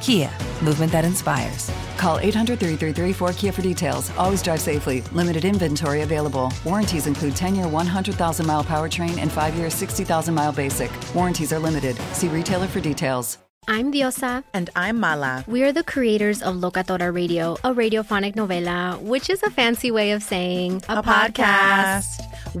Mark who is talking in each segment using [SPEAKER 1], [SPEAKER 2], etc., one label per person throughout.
[SPEAKER 1] Kia, movement that inspires.
[SPEAKER 2] Call 800 333 4KIA for details. Always drive safely. Limited inventory available. Warranties include 10 year 100,000 mile powertrain and 5 year 60,000 mile basic. Warranties are limited. See retailer for details.
[SPEAKER 3] I'm Diosa.
[SPEAKER 4] And I'm Mala.
[SPEAKER 3] We are the creators of Locatora Radio, a radiophonic novela, which is a fancy way of saying
[SPEAKER 4] a, a podcast. podcast.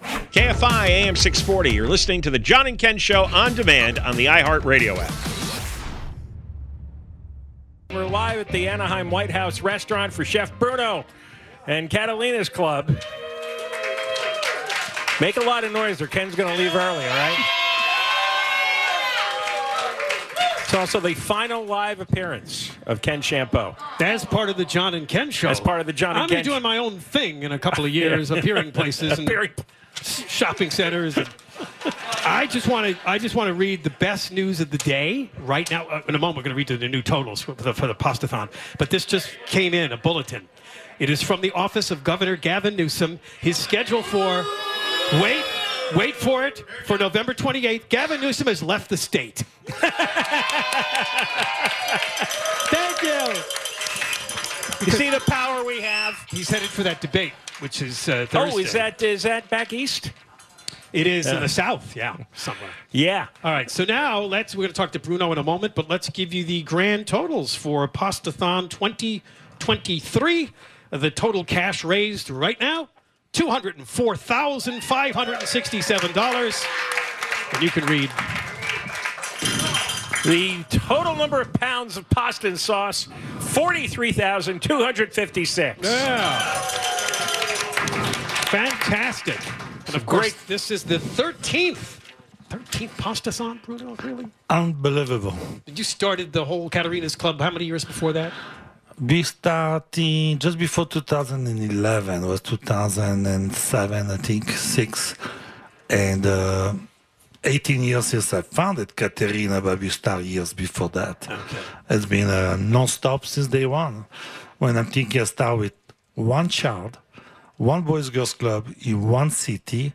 [SPEAKER 5] KFI AM 640. You're listening to the John and Ken Show on demand on the iHeartRadio app.
[SPEAKER 6] We're live at the Anaheim White House restaurant for Chef Bruno and Catalina's Club. Make a lot of noise or Ken's going to leave early, all right? It's also the final live appearance of Ken Champo.
[SPEAKER 7] That's part of the John and Ken show.
[SPEAKER 6] That's part of the John and
[SPEAKER 7] I'm
[SPEAKER 6] Ken.
[SPEAKER 7] I'm doing my own thing in a couple of years, appearing places,
[SPEAKER 6] appearing.
[SPEAKER 7] and shopping centers. And I just want to. I just want to read the best news of the day right now. Uh, In a moment, we're going to read the new totals for the, for the Pastathon. But this just came in a bulletin. It is from the office of Governor Gavin Newsom. His schedule for wait. Wait for it. For November 28th, Gavin Newsom has left the state. Thank you.
[SPEAKER 6] You see the power we have?
[SPEAKER 7] He's headed for that debate, which is uh,
[SPEAKER 6] Thursday. Oh, is that, is that back east?
[SPEAKER 7] It is uh, in the south, yeah, somewhere.
[SPEAKER 6] Yeah.
[SPEAKER 7] All right. So now let's we're going to talk to Bruno in a moment, but let's give you the grand totals for Pastathon 2023. The total cash raised right now $204,567. And you can read.
[SPEAKER 6] The total number of pounds of pasta and sauce, 43,256.
[SPEAKER 7] Yeah. Fantastic. And of course, Great. this is the 13th. 13th pasta song, Bruno, really?
[SPEAKER 8] Unbelievable.
[SPEAKER 7] You started the whole Katarina's Club how many years before that?
[SPEAKER 8] we started just before 2011 it was 2007 i think 6 and uh, 18 years since i founded Katerina, but we started years before that okay. it's been uh, non-stop since day one when i'm thinking i start with one child one boys girls club in one city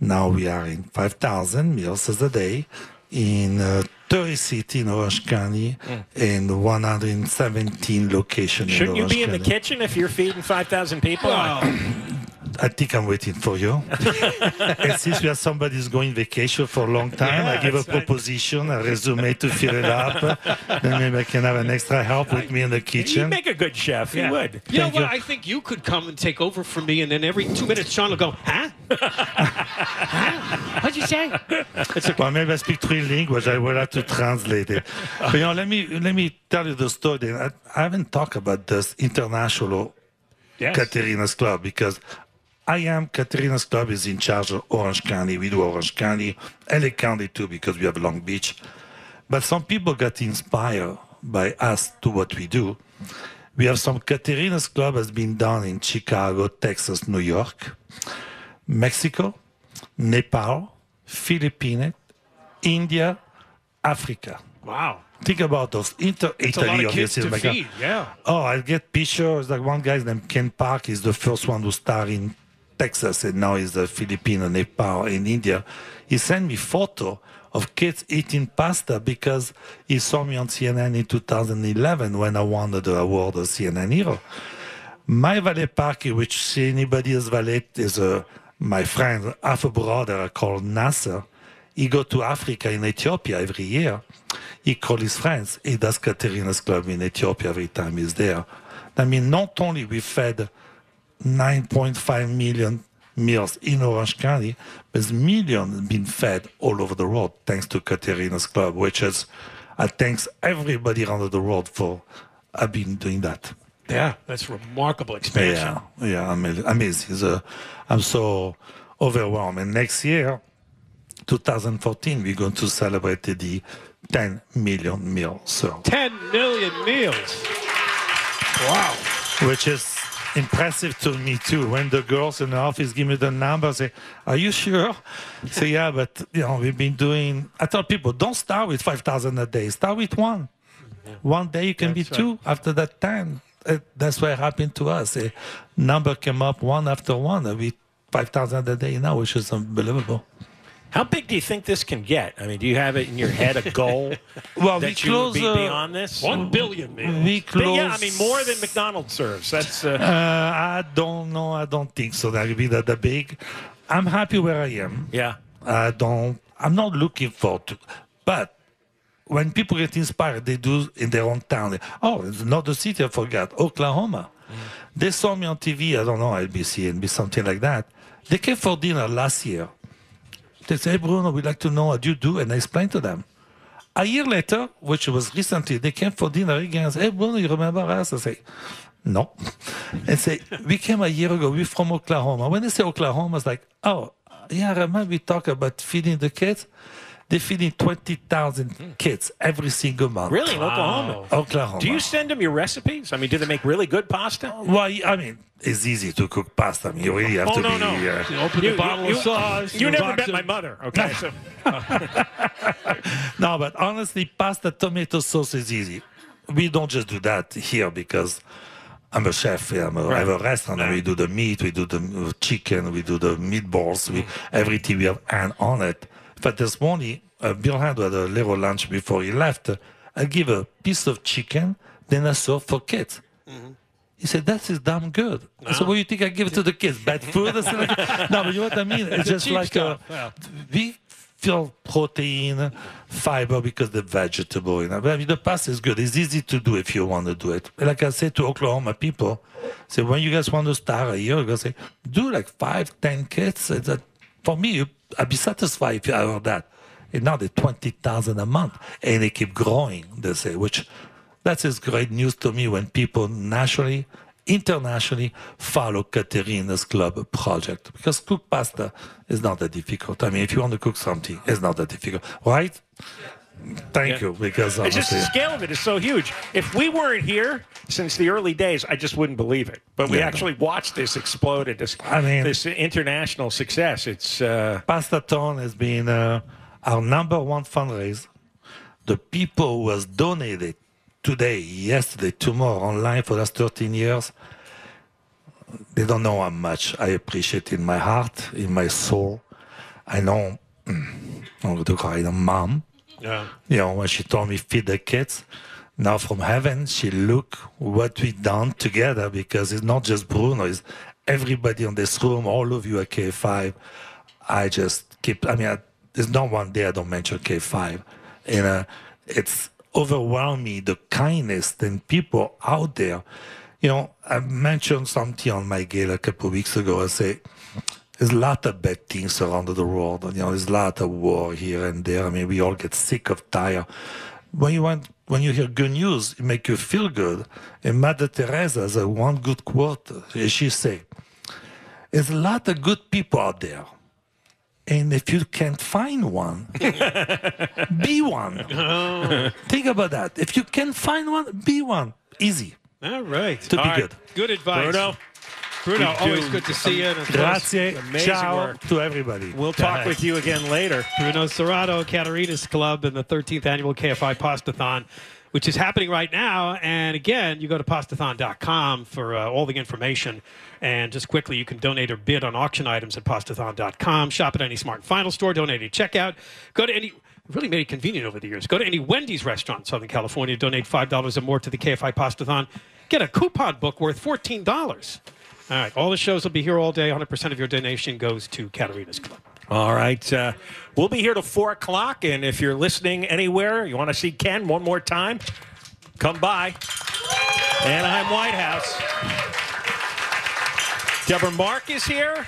[SPEAKER 8] now we are in 5000 meals a day in uh, 30 cities in Orange County mm. and 117 locations.
[SPEAKER 6] Shouldn't
[SPEAKER 8] you
[SPEAKER 6] be in the kitchen if you're feeding 5,000 people?
[SPEAKER 8] Oh. I think I'm waiting for you. and since we have somebody who's going vacation for a long time,
[SPEAKER 7] Yeah,
[SPEAKER 8] I give a
[SPEAKER 7] that's right.
[SPEAKER 8] proposition, a resume to fill it up. then maybe I can have an extra help with me in the kitchen.
[SPEAKER 6] He'd make a good chef. He would.
[SPEAKER 7] You know what? I think you could come and take over from me, and then every two minutes, Sean will go, huh? huh? What'd you say?
[SPEAKER 8] well, maybe I speak three languages. I will have to translate it. But you know, let me let me tell you the story. I, I haven't talked about this international
[SPEAKER 7] Yes.
[SPEAKER 8] Katerina's Club because I am Katerina's Club is in charge of Orange County. We do Orange County and LA County too because we have Long Beach. But some people got inspired by us to what we do. We have some Katerina's Club has been done in Chicago, Texas, New York, Mexico, Nepal, Philippines, India, Africa.
[SPEAKER 7] Wow.
[SPEAKER 8] Think about those inter
[SPEAKER 7] It's a
[SPEAKER 8] Italy,
[SPEAKER 7] lot of kids
[SPEAKER 8] obviously,
[SPEAKER 7] to
[SPEAKER 8] my God.
[SPEAKER 7] feed, yeah.
[SPEAKER 8] Oh, I get pictures. Like one guy named Ken Park is the first one who star in Texas, and now he's a Filipino, Nepal, and India. He sent me photo of kids eating pasta because he saw me on CNN in 2011 when I won the award of CNN Hero. My valet parking, which see anybody as valet, is a, my friend, half a brother called Nasser. He go to Africa in Ethiopia every year. He call his friends. He does Katerina's Club in Ethiopia every time he's there. I mean, not only we fed 9.5 million meals in Orange County, but millions been fed all over the world thanks to Katerina's Club, which is, I thanks everybody around the world for have been doing that.
[SPEAKER 7] Yeah, that's remarkable expansion.
[SPEAKER 8] Yeah, yeah, I'm amazing. It's, uh, I'm so overwhelmed. And next year, 2014, we're going to celebrate the 10 million meal So,
[SPEAKER 7] 10 million meals. Wow.
[SPEAKER 8] which is impressive to me too. When the girls in the office give me the number, I say, "Are you sure?" I say, "Yeah, but you know, we've been doing." I tell people, don't start with 5,000 a day. Start with one. One day you can be
[SPEAKER 7] right.
[SPEAKER 8] two. After that, ten. Uh, that's what happened to us. A number came up one after one. and We 5,000 a day now, which is unbelievable.
[SPEAKER 6] How big do you think this can get? I mean, do you have it in your head a goal
[SPEAKER 8] Well,
[SPEAKER 6] that
[SPEAKER 8] we
[SPEAKER 6] you
[SPEAKER 8] close,
[SPEAKER 6] would be
[SPEAKER 8] uh,
[SPEAKER 6] beyond this?
[SPEAKER 8] One
[SPEAKER 7] billion
[SPEAKER 8] meals. we
[SPEAKER 6] But yeah, I
[SPEAKER 8] close-
[SPEAKER 6] mean, more than McDonald's serves. That's
[SPEAKER 8] Uh,
[SPEAKER 6] uh,
[SPEAKER 8] I don't know. I don't think so. That will be that, that big. I'm happy where I am.
[SPEAKER 6] yeah.
[SPEAKER 8] I don't. I'm not looking for to, but when people get inspired, they do in their own town. Oh, it's not the city I forgot, Oklahoma. They saw me on TV. I don't know, NBC, NBC, something like that. They came for dinner last year. They say, hey, Bruno, we'd like to know what you do, and I explained to them. A year later, which was recently, they came for dinner again. I said, hey, Bruno, you remember us? I say, no. and say, we came a year ago. We're from Oklahoma. When they say Oklahoma, it's like, oh, yeah, I remember we talk about feeding the kids. They're feeding 20,000 kids every single month.
[SPEAKER 6] Really, in Oklahoma?
[SPEAKER 8] Oklahoma. Oh,
[SPEAKER 6] Do you send them your recipes? I mean, do they make really good pasta?
[SPEAKER 8] Well, I mean, it's easy to cook pasta. I mean, you really have
[SPEAKER 6] oh
[SPEAKER 8] to
[SPEAKER 6] no,
[SPEAKER 8] be...
[SPEAKER 6] no!
[SPEAKER 8] uh,
[SPEAKER 6] You- you- You, never met my mother. Okay, so
[SPEAKER 8] No, but honestly, pasta, tomato sauce is easy. We don't just do that here because I'm a chef. I'm a, I have a restaurant. And we do the meat, we do the uh, chicken, we do the meatballs.
[SPEAKER 6] Mm.
[SPEAKER 8] We everything we have hand on it. But this morning, uh, Bill had had a little lunch before he left. I give a piece of chicken, then I serve for kids.
[SPEAKER 6] Mm-hmm.
[SPEAKER 8] He said, "That is damn good." I said, "What do you think I give it to the kids? Bad food?" I said, like- no, but you know what I mean. It's
[SPEAKER 7] The
[SPEAKER 8] just
[SPEAKER 7] cheap
[SPEAKER 8] like uh
[SPEAKER 7] stuff, yeah.
[SPEAKER 8] we feel protein, fiber because the vegetable. You know, but I mean, the pasta is good. It's easy to do if you want to do it. Like I said to Oklahoma people, say when you guys want to start a year ago, say do like five, ten kids. It's a- for me, you, I'd be satisfied if I were that. And now they're twenty thousand a month, and they keep growing. They say, which that is great news to me when people nationally, internationally follow Katerina's Club project because cook pasta is not that difficult. I mean, if you want to cook something, it's not that difficult, right? Thank you because
[SPEAKER 6] it's just
[SPEAKER 8] honestly,
[SPEAKER 6] the scale of it is so huge. If we weren't here since the early days, I just wouldn't believe it. But we
[SPEAKER 8] Yeah.
[SPEAKER 6] actually watched this explode at this
[SPEAKER 8] I mean-
[SPEAKER 6] this international success. It's uh,
[SPEAKER 8] Pasta Town has been uh, our number one fundraiser. The people who has donated today, yesterday, tomorrow online for the last 13 years, they don't know how much I appreciate in my heart, in my soul. I know mm, I'm going to call it a mom.
[SPEAKER 7] Yeah.
[SPEAKER 8] You know, when she told me feed the kids, now from heaven she look what we done together because it's not just Bruno, it's everybody in this room, all of you at K5. I just keep, I mean, I, there's not one day I don't mention K5. And uh, it's overwhelming the kindness and people out there. You know, I mentioned something on my gala a couple of weeks ago. I say, there's a lot of bad things around the world. You know, there's a lot of war here and there. I mean, we all get sick of tired. When you want, when you hear good news, it makes you feel good. And Mother Teresa has a one good quote. She say, "There's a lot of good people out there, and if you can't find one, be one. Think about that. If you can find one, be one. Easy.
[SPEAKER 7] All right.
[SPEAKER 8] To be
[SPEAKER 7] All right.
[SPEAKER 8] good.
[SPEAKER 7] Good advice.
[SPEAKER 8] Bruno.
[SPEAKER 7] Bruno,
[SPEAKER 8] You
[SPEAKER 7] always
[SPEAKER 8] do.
[SPEAKER 7] good to see you. And of course,
[SPEAKER 8] Grazie.
[SPEAKER 7] Amazing
[SPEAKER 8] Ciao
[SPEAKER 7] work.
[SPEAKER 8] to everybody.
[SPEAKER 7] We'll talk with you again later. Bruno Serrato, Catarina's Club, and the 13th annual KFI Pastathon, which is happening right now. And again, you go to pastathon.com for uh, all the information. And just quickly, you can donate or bid on auction items at pastathon.com. Shop at any Smart and Final store, donate at checkout. Go to any. Really made it convenient over the years. Go to any Wendy's restaurant in Southern California, donate $5 or more to the KFI Pastathon, get a coupon book worth $14. All right, all the shows will be here all day. 100% of your donation goes to Catarina's Club.
[SPEAKER 6] All right. Uh, we'll be here till 4 o'clock. And if you're listening anywhere, you want to see Ken one more time, come by. Anaheim White House. Deborah Mark is here.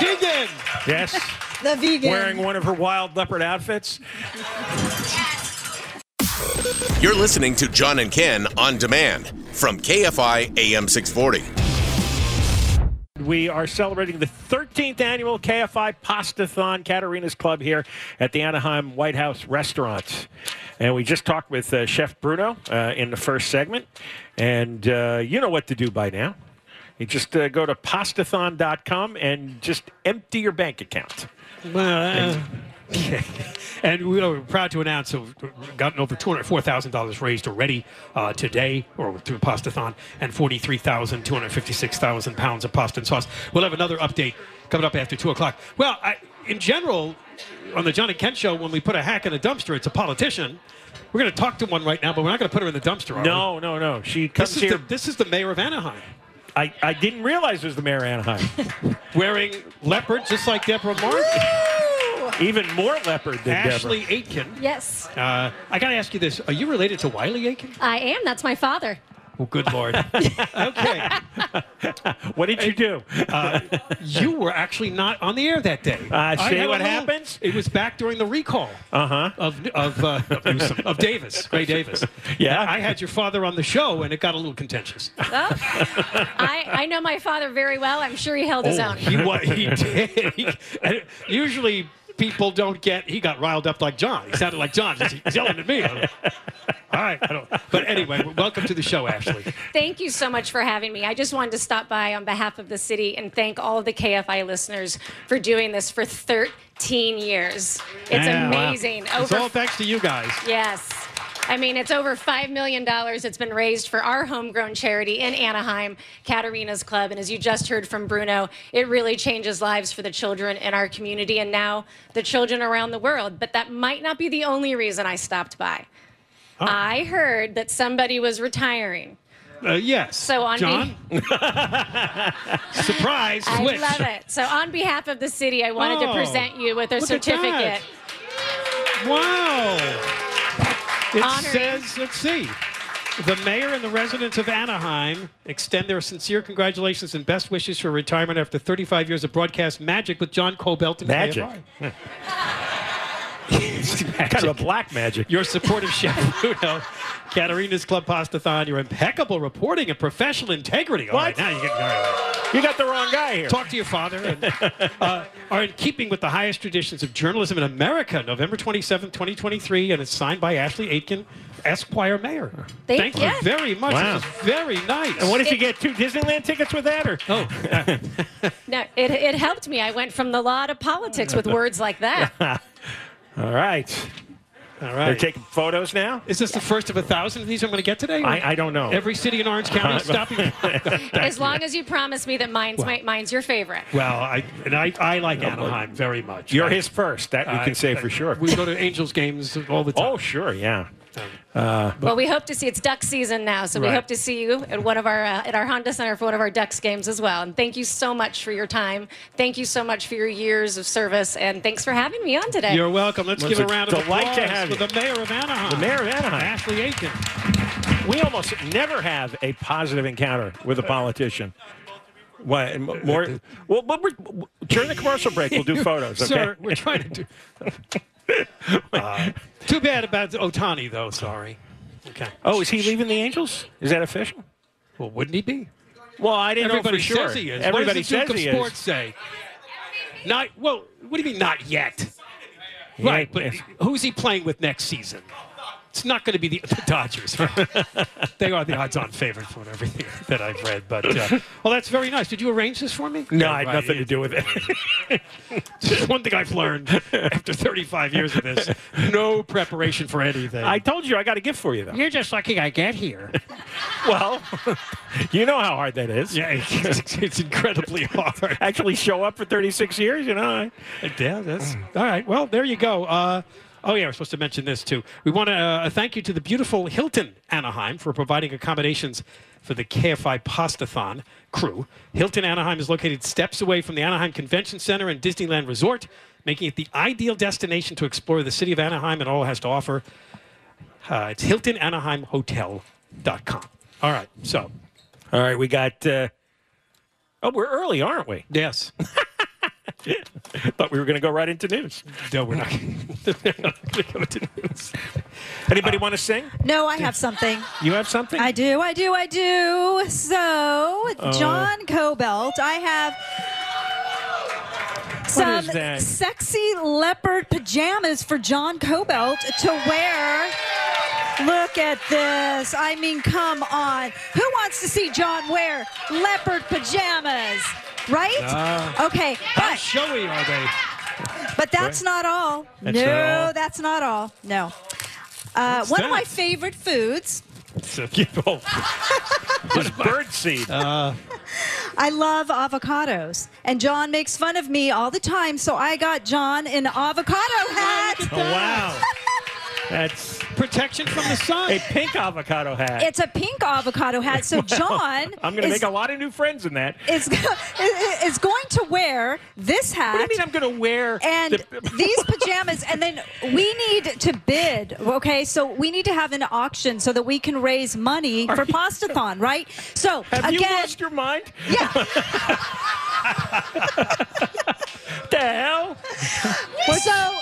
[SPEAKER 7] Vegan.
[SPEAKER 6] Yes.
[SPEAKER 9] The vegan.
[SPEAKER 6] Wearing one of her wild leopard outfits.
[SPEAKER 10] You're listening to John and Ken on demand from KFI AM 640.
[SPEAKER 6] We are celebrating the 13th annual KFI Pastathon Katarina's Club here at the Anaheim White House Restaurant. And we just talked with uh, Chef Bruno uh, in the first segment. And uh, you know what to do by now. You just uh, go to pastathon.com and just empty your bank account.
[SPEAKER 7] Well, uh, and we are proud to announce that we've gotten over two hundred four thousand dollars raised already uh, today, or through Pastathon, and forty three thousand two hundred fifty six thousand pounds of pasta and sauce. We'll have another update coming up after two o'clock. Well, I, in general, on the John and Ken show, when we put a hack in a dumpster, it's a politician. We're going to talk to one right now, but we're not going to put her in the dumpster. Are
[SPEAKER 6] No,
[SPEAKER 7] we?
[SPEAKER 6] no, no. She comes
[SPEAKER 7] this is
[SPEAKER 6] here-
[SPEAKER 7] The, this is the mayor of Anaheim.
[SPEAKER 6] I, I didn't realize it was the mayor of Anaheim.
[SPEAKER 7] Wearing leopard, just like Deborah Mark.
[SPEAKER 6] Even more leopard than Deborah.
[SPEAKER 7] Ashley Aitken.
[SPEAKER 9] Yes,
[SPEAKER 7] Uh, I got to ask you this: Are you related to Wiley Aiken?
[SPEAKER 9] I am. That's my father.
[SPEAKER 7] Oh, good lord. okay.
[SPEAKER 6] what did you do?
[SPEAKER 7] Uh, you were actually not on the air that day.
[SPEAKER 6] Uh, see
[SPEAKER 7] had a
[SPEAKER 6] what
[SPEAKER 7] little-
[SPEAKER 6] happens?
[SPEAKER 7] It was back during the recall
[SPEAKER 6] Uh-huh.
[SPEAKER 7] of of uh, of, Newsom, of Davis, Ray Davis.
[SPEAKER 6] Yeah.
[SPEAKER 7] I had your father on the show, and it got a little contentious.
[SPEAKER 9] I, I know my father very well. I'm sure he held his
[SPEAKER 7] Oh,
[SPEAKER 9] own.
[SPEAKER 7] He, wa- he did. He- and usually people don't get. He got riled up like John. He sounded like John. He's he's yelling at me. I'm like, All right. I don't, but anyway, welcome to the show, Ashley.
[SPEAKER 9] Thank you so much for having me. I just wanted to stop by on behalf of the city and thank all of the KFI listeners for doing this for 13 years. It's
[SPEAKER 7] Yeah, wow.
[SPEAKER 9] amazing.
[SPEAKER 7] It's all thanks to you guys.
[SPEAKER 9] Yes. I mean, it's over $5 million that's been raised for our homegrown charity in Anaheim, Katarina's Club. And as you just heard from Bruno, it really changes lives for the children in our community and now the children around the world. But that might not be the only reason I stopped by. I heard that somebody was retiring.
[SPEAKER 7] Uh, yes.
[SPEAKER 9] So on
[SPEAKER 7] John. Surprise!
[SPEAKER 9] I
[SPEAKER 7] Switch.
[SPEAKER 9] love it. So, on behalf of the city, I wanted
[SPEAKER 7] Oh,
[SPEAKER 9] to present you with a
[SPEAKER 7] look at that.
[SPEAKER 9] certificate.
[SPEAKER 7] Wow. It
[SPEAKER 9] Honoring.
[SPEAKER 7] says, let's see. The mayor and the residents of Anaheim extend their sincere congratulations and best wishes for retirement after 35 years of broadcast magic with John Cobelt and
[SPEAKER 6] Magic.
[SPEAKER 7] KFI.
[SPEAKER 6] kind of a black magic.
[SPEAKER 7] Your supportive chef, Bruno, Katarina's Club Pastathon, your impeccable reporting and professional integrity. All right, now you're getting all right.
[SPEAKER 6] You got the wrong guy here.
[SPEAKER 7] Talk to your father. And, uh, are in keeping with the highest traditions of journalism in America, November 27, 2023, and it's signed by Ashley Aitken, Esquire Mayor.
[SPEAKER 9] Thank
[SPEAKER 7] Thank
[SPEAKER 9] you.
[SPEAKER 7] you very much.
[SPEAKER 6] Wow.
[SPEAKER 7] This is very nice.
[SPEAKER 6] And what if you get two Disneyland tickets with that? Or
[SPEAKER 7] oh,
[SPEAKER 9] No, it, it helped me. I went from the law to politics with words like that.
[SPEAKER 6] all right.
[SPEAKER 7] All right.
[SPEAKER 6] They're taking photos now.
[SPEAKER 7] Is this the first of a thousand of these I'm going to get today?
[SPEAKER 6] I- I don't know.
[SPEAKER 7] Every city in Orange County stopping.
[SPEAKER 9] As long as you promise me that mine's, my, mine's your favorite.
[SPEAKER 7] Well, I and I, I like Anaheim very much.
[SPEAKER 6] You're his first. That we
[SPEAKER 7] I-
[SPEAKER 6] can say
[SPEAKER 7] I-
[SPEAKER 6] for sure.
[SPEAKER 7] We go to Angels games all the time. Um,
[SPEAKER 6] Oh, sure, yeah. Uh,
[SPEAKER 9] well, we hope to see it's duck season now, so we
[SPEAKER 6] Right.
[SPEAKER 9] hope to see you at one of our uh, at our Honda Center for one of our Ducks games as well. And thank you so much for your time. Thank you so much for your years of service, and thanks for having me on today.
[SPEAKER 7] You're welcome. Let's
[SPEAKER 6] Was
[SPEAKER 7] give a
[SPEAKER 6] a
[SPEAKER 7] round of
[SPEAKER 6] delight to
[SPEAKER 7] applause
[SPEAKER 6] have
[SPEAKER 7] for
[SPEAKER 6] you.
[SPEAKER 7] the mayor of Anaheim.
[SPEAKER 6] The mayor of Anaheim.
[SPEAKER 7] Ashley Aiken.
[SPEAKER 6] we almost never have a positive encounter with a politician. Why m- more? Well, but we're, during the commercial break, we'll do photos. Okay?
[SPEAKER 7] Sir, we're trying to do. Uh, too bad about Otani, though. Sorry. Okay.
[SPEAKER 6] Oh, is he leaving the Angels? Is that official?
[SPEAKER 7] Well, wouldn't he be?
[SPEAKER 6] Well, I didn't
[SPEAKER 7] Everybody
[SPEAKER 6] know for sure.
[SPEAKER 7] says he is. what
[SPEAKER 6] Everybody
[SPEAKER 7] does the Duke
[SPEAKER 6] says
[SPEAKER 7] of
[SPEAKER 6] he
[SPEAKER 7] Sports
[SPEAKER 6] is.
[SPEAKER 7] say? Not well. What do you mean not yet?
[SPEAKER 6] Yeah,
[SPEAKER 7] right, but
[SPEAKER 6] yes.
[SPEAKER 7] who's he playing with next season? It's not going to be the, the Dodgers. they are the odds-on favorite from everything that I've read. But uh, well, that's very nice. Did you arrange this for me?
[SPEAKER 6] No, I had nothing to do with it.
[SPEAKER 7] Just one thing I've learned after 35 years of this: no preparation for anything.
[SPEAKER 6] I told you I got a gift for you though.
[SPEAKER 7] You're just lucky I get here.
[SPEAKER 6] Well, you know how hard that is.
[SPEAKER 7] Yeah, it's, it's incredibly hard.
[SPEAKER 6] Actually, show up for 36 years, you know.
[SPEAKER 7] Yeah, that's all right. Well, there you go. Uh, oh yeah, we're supposed to mention this too. We want to uh, thank you to the beautiful Hilton Anaheim for providing accomodations for the KFI Pastathon crew. Hilton Anaheim is located steps away from the Anaheim Convention Center and Disneyland Resort, making it the ideal destination to explore the city of Anaheim and all it has to offer. Uh, it's HiltonAnaheimHotel.com. All right, so
[SPEAKER 6] All right, we got. Uh, oh, we're early, aren't we?
[SPEAKER 7] Yes.
[SPEAKER 6] Thought we were going to go right into news.
[SPEAKER 7] No, we're not.
[SPEAKER 6] Anybody want to sing?
[SPEAKER 11] No, I have something.
[SPEAKER 6] You have something?
[SPEAKER 11] I do, I do, I do. So,
[SPEAKER 6] Oh.
[SPEAKER 11] John Cobelt, I have some
[SPEAKER 6] is that?
[SPEAKER 11] sexy leopard pajamas for John Cobelt to wear. Look at this. I mean, come on. Who wants to see John wear leopard pajamas? Right?
[SPEAKER 7] Ah.
[SPEAKER 11] okay.
[SPEAKER 7] How showy are they?
[SPEAKER 11] But that's not all.
[SPEAKER 7] That's
[SPEAKER 11] no,
[SPEAKER 7] not all.
[SPEAKER 11] that's not all. No. Uh,
[SPEAKER 7] What's
[SPEAKER 11] one of
[SPEAKER 7] that?
[SPEAKER 11] my favorite foods.
[SPEAKER 6] bird seed.
[SPEAKER 11] I love avocados, and John makes fun of me all the time. So I got John an avocado hat.
[SPEAKER 6] Oh, wow. That's
[SPEAKER 7] protection from the sun.
[SPEAKER 6] A pink avocado hat.
[SPEAKER 11] It's a pink avocado hat. So
[SPEAKER 6] Wow.
[SPEAKER 11] John,
[SPEAKER 6] I'm going to
[SPEAKER 11] is-
[SPEAKER 6] make a lot of new friends in that.
[SPEAKER 11] Is, is going to wear this hat.
[SPEAKER 6] What do you mean I'm going to wear?
[SPEAKER 11] and
[SPEAKER 6] the-
[SPEAKER 11] these pajamas and then we need to bid okay so we need to have an auction so that we can raise money for pastathon right so
[SPEAKER 6] Have
[SPEAKER 11] again
[SPEAKER 6] you lost your mind?
[SPEAKER 11] Yeah.
[SPEAKER 6] the hell?
[SPEAKER 11] so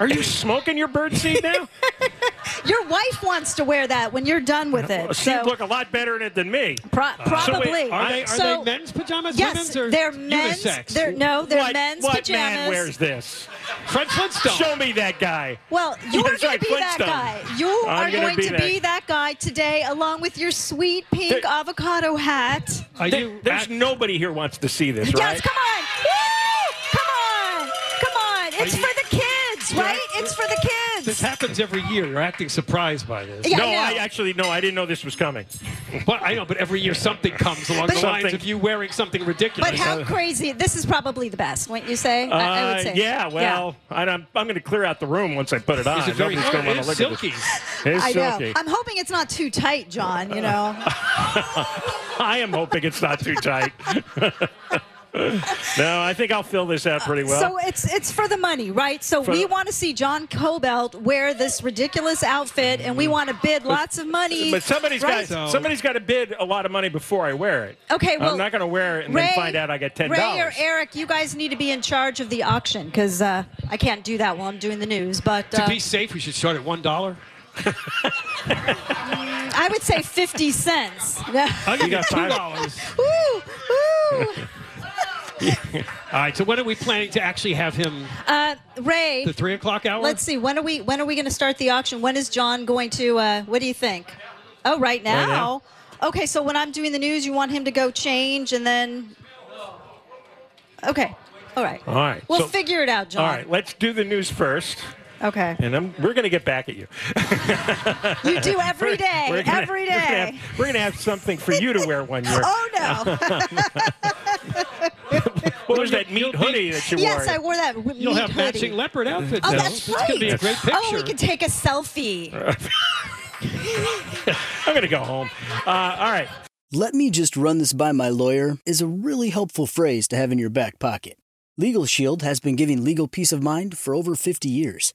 [SPEAKER 6] Are you smoking your bird seed now?
[SPEAKER 11] your wife wants to wear that when you're done with it
[SPEAKER 6] She'd
[SPEAKER 11] so
[SPEAKER 6] look a lot better in it than me.
[SPEAKER 11] Pro-
[SPEAKER 6] Uh, So
[SPEAKER 11] probably.
[SPEAKER 6] wait,
[SPEAKER 7] Are they, are
[SPEAKER 11] So-
[SPEAKER 7] they men's pajamas?
[SPEAKER 11] Yes,
[SPEAKER 7] women's, or
[SPEAKER 11] they're men's.
[SPEAKER 7] Unisex?
[SPEAKER 11] They're- no, they're
[SPEAKER 7] What-
[SPEAKER 11] men's
[SPEAKER 7] what
[SPEAKER 6] What man
[SPEAKER 11] pajamas.
[SPEAKER 6] wears this?
[SPEAKER 7] Fred Flintstone.
[SPEAKER 6] Show me that guy.
[SPEAKER 11] well, you're
[SPEAKER 6] That's
[SPEAKER 11] going
[SPEAKER 6] right,
[SPEAKER 11] to be that
[SPEAKER 6] Flintstone.
[SPEAKER 11] guy. You
[SPEAKER 6] I'm
[SPEAKER 11] are
[SPEAKER 6] gonna
[SPEAKER 11] going
[SPEAKER 6] be
[SPEAKER 11] to
[SPEAKER 6] that-
[SPEAKER 11] be that guy today, along with your sweet pink avocado hat.
[SPEAKER 6] There- there's nobody here wants to see this, right?
[SPEAKER 11] Yes, come on. Woo! Come on. Come on. It's for the kids, right? It's for the kids.
[SPEAKER 7] This happens every year. You're acting surprised by this.
[SPEAKER 11] Yeah,
[SPEAKER 6] no,
[SPEAKER 11] I know.
[SPEAKER 6] I actually no, I didn't know this was coming.
[SPEAKER 7] But I know, but every year something comes along the
[SPEAKER 6] But-
[SPEAKER 7] lines of you wearing something ridiculous.
[SPEAKER 11] But how crazy. This is probably the best, wouldn't you say? I, I would
[SPEAKER 6] Uh,
[SPEAKER 11] say.
[SPEAKER 6] yeah, well, and I'm, I'm going to clear out the room once I put it on.
[SPEAKER 7] Is it very-
[SPEAKER 6] Nobody's going
[SPEAKER 7] oh,
[SPEAKER 6] to
[SPEAKER 7] it
[SPEAKER 6] want to
[SPEAKER 7] is
[SPEAKER 6] look at
[SPEAKER 7] silky.
[SPEAKER 11] Yeah.
[SPEAKER 6] this.
[SPEAKER 11] I
[SPEAKER 6] It's
[SPEAKER 11] know.
[SPEAKER 6] silky.
[SPEAKER 11] I'm hoping it's not too tight, John, you know.
[SPEAKER 6] I am hoping it's not too tight. no, I think I'll fill this out pretty well.
[SPEAKER 11] So it's it's for the money, right? So
[SPEAKER 6] For
[SPEAKER 11] we
[SPEAKER 6] the-
[SPEAKER 11] want to see John Cobelt wear this ridiculous outfit, and we want to bid lots of money.
[SPEAKER 6] Mm-hmm. but somebody's
[SPEAKER 11] right?
[SPEAKER 6] got somebody's got to bid a lot of money before I wear it.
[SPEAKER 11] Okay, well,
[SPEAKER 6] I'm not going to wear it and
[SPEAKER 11] Ray-
[SPEAKER 6] then find out I got ten
[SPEAKER 11] Ray or
[SPEAKER 6] dollars.
[SPEAKER 11] Eric, you guys need to be in charge of the auction because uh, I can't do that while I'm doing the news. But
[SPEAKER 7] To
[SPEAKER 11] uh,
[SPEAKER 7] be safe, we should start at one dollar.
[SPEAKER 11] I would say fifty cents.
[SPEAKER 7] I'll give you
[SPEAKER 6] got
[SPEAKER 7] two
[SPEAKER 6] five.
[SPEAKER 7] dollars.
[SPEAKER 11] Woo, woo.
[SPEAKER 7] All right. So when are we planning to actually have him?
[SPEAKER 11] Uh, Ray,
[SPEAKER 7] The three o'clock hour.
[SPEAKER 11] let's see. When are we? When are we going to start the auction? When is John going to? Uh, what do you think? Oh, right now.
[SPEAKER 7] now.
[SPEAKER 11] Okay, so when I'm doing the news, you want him to go change and then. Okay. All right.
[SPEAKER 6] All right.
[SPEAKER 11] We'll
[SPEAKER 6] so-
[SPEAKER 11] figure it out, John.
[SPEAKER 6] All right, let's do the news first,
[SPEAKER 11] Okay.
[SPEAKER 6] and I'm, we're going to get back at you.
[SPEAKER 11] You do every day,
[SPEAKER 6] We're gonna-
[SPEAKER 11] every
[SPEAKER 6] we're gonna
[SPEAKER 11] day.
[SPEAKER 6] have- We're going to have something for you to wear one year.
[SPEAKER 11] Oh, no.
[SPEAKER 6] What was that meat hoodie that you
[SPEAKER 12] yes,
[SPEAKER 6] wore?
[SPEAKER 12] I wore that. w-
[SPEAKER 6] You'll
[SPEAKER 12] meat
[SPEAKER 6] have
[SPEAKER 12] hoodie.
[SPEAKER 6] matching leopard outfit
[SPEAKER 12] Oh,
[SPEAKER 6] now.
[SPEAKER 12] that's
[SPEAKER 6] It's
[SPEAKER 12] right.
[SPEAKER 6] gonna be a great
[SPEAKER 12] Oh, we
[SPEAKER 6] picture.
[SPEAKER 12] can take a selfie.
[SPEAKER 6] I'm going to go home. Uh, all right.
[SPEAKER 13] Let me just run this by my lawyer is a really helpful phrase to have in your back pocket. Legal Shield has been giving legal peace of mind for over 50 years.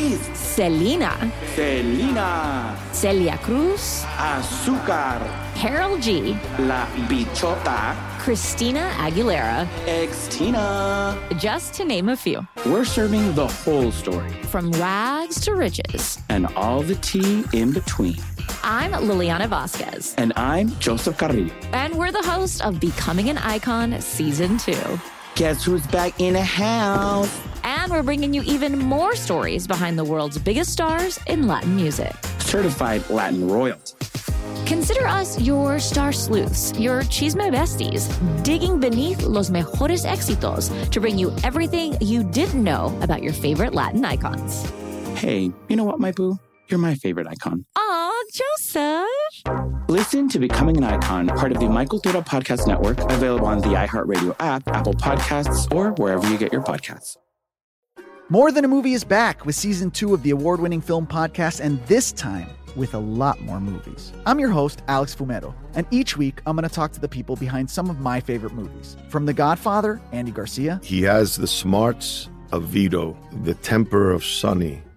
[SPEAKER 14] Selena.
[SPEAKER 15] Selena,
[SPEAKER 14] Celia Cruz.
[SPEAKER 15] Ah. Azúcar,
[SPEAKER 14] Harold G.
[SPEAKER 15] La Bichota,
[SPEAKER 14] Christina Aguilera.
[SPEAKER 15] Extina.
[SPEAKER 14] Just to name a few.
[SPEAKER 15] We're serving the whole story
[SPEAKER 14] From rags to riches.
[SPEAKER 15] and all the tea in between.
[SPEAKER 14] I'm Liliana Vasquez.
[SPEAKER 15] And I'm Joseph Carrillo.
[SPEAKER 14] And we're the host of Becoming an Icon Season 2.
[SPEAKER 15] Guess who's back in the house?
[SPEAKER 14] And we're bringing you even more stories behind the world's biggest stars in Latin music.
[SPEAKER 15] Certified Latin royalty.
[SPEAKER 14] Consider us your star sleuths, your chisme besties, digging beneath los mejores éxitos to bring you everything you didn't know about your favorite Latin icons.
[SPEAKER 15] Hey, you know what, my boo? You're my favorite icon.
[SPEAKER 14] Aw, Joseph!
[SPEAKER 15] Listen to Becoming an Icon, part of the Michael Duda Podcast Network, available on the iHeartRadio app, Apple Podcasts, or wherever you get your podcasts.
[SPEAKER 16] More Than a Movie is back with season two of the award winning film podcast, and this time with a lot more movies. I'm your host, Alex Fumero, and each week I'm going to talk to the people behind some of my favorite movies. From The Godfather, Andy Garcia,
[SPEAKER 17] He has the smarts of Vito, the temper of Sonny,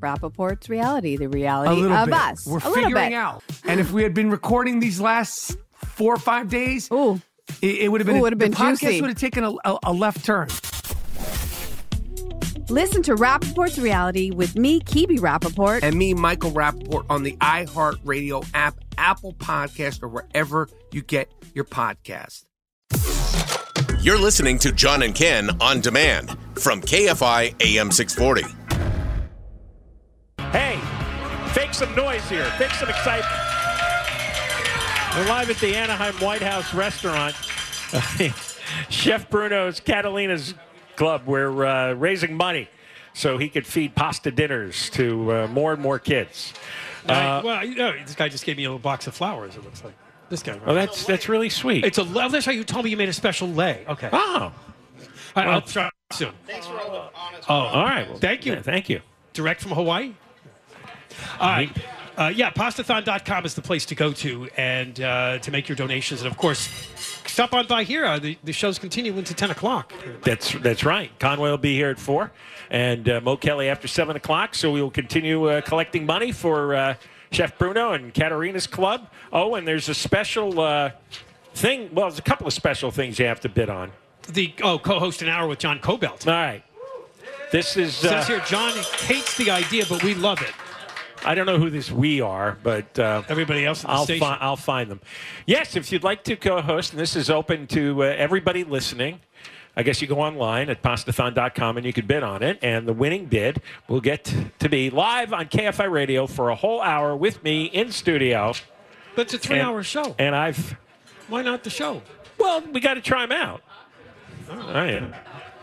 [SPEAKER 18] Rappaport's reality, the reality
[SPEAKER 19] little
[SPEAKER 18] of
[SPEAKER 19] bit.
[SPEAKER 18] us. a
[SPEAKER 19] We're
[SPEAKER 18] little
[SPEAKER 19] figuring
[SPEAKER 18] bit.
[SPEAKER 19] out. And if we had been recording these last four or five days, It, it would have been.
[SPEAKER 18] Ooh, would've been
[SPEAKER 19] the podcast
[SPEAKER 18] juicy.
[SPEAKER 19] would have taken a, a, a left turn.
[SPEAKER 18] Listen to Rappaport's reality with me, Kibi Rappaport.
[SPEAKER 19] And me, Michael Rappaport, on the iHeartRadio app, Apple Podcast, or wherever you get your podcast.
[SPEAKER 10] You're listening to John and Ken on demand from KFI AM 640.
[SPEAKER 6] Hey, fake some noise here. Fake some excitement. We're live at the Anaheim White House restaurant. Chef Bruno's Catalina's Club. We're uh, raising money so he could feed pasta dinners to uh, more and more kids.
[SPEAKER 7] I-
[SPEAKER 6] Uh,
[SPEAKER 7] well, you know, this guy just gave me a little box of flowers. It looks like this guy.
[SPEAKER 6] oh, that's that's really sweet.
[SPEAKER 7] It's a. le- That's why you told me you made a special lay. Okay.
[SPEAKER 6] Oh.
[SPEAKER 7] All right, I'll try soon. Thanks for all the honest. Oh, all
[SPEAKER 6] right. Well,
[SPEAKER 7] thank you.
[SPEAKER 6] yeah, thank you.
[SPEAKER 7] Direct from Hawaii. All right. Uh, yeah, pastathon.com is the place to go to and uh, to make your donations. And of course, stop on by here. Uh, The, the show's continuing to 10 o'clock.
[SPEAKER 6] That's that's right. Conway will be here at four, and uh, Mo Kelly after seven o'clock. So we will continue uh, collecting money for uh, Chef Bruno and Katarina's Club. Oh, and there's a special uh, thing. Well, there's a couple of special things you have to bid on.
[SPEAKER 7] The oh, co-host an hour with John Cobelt.
[SPEAKER 6] All right. This is uh,
[SPEAKER 7] Says here, John hates the idea, but we love it.
[SPEAKER 6] I don't know who this we are, but uh,
[SPEAKER 7] everybody else. At the
[SPEAKER 6] I'll
[SPEAKER 7] station.
[SPEAKER 6] fi- I'll find them. Yes, if you'd like to co-host, and this is open to uh, everybody listening. I guess you go online at pastathon.com and you could bid on it. And the winning bid will get to be live on KFI Radio for a whole hour with me in studio.
[SPEAKER 7] But it's a three-hour show.
[SPEAKER 6] And I've
[SPEAKER 7] Why not the show?
[SPEAKER 6] well, we got to try him out. I am.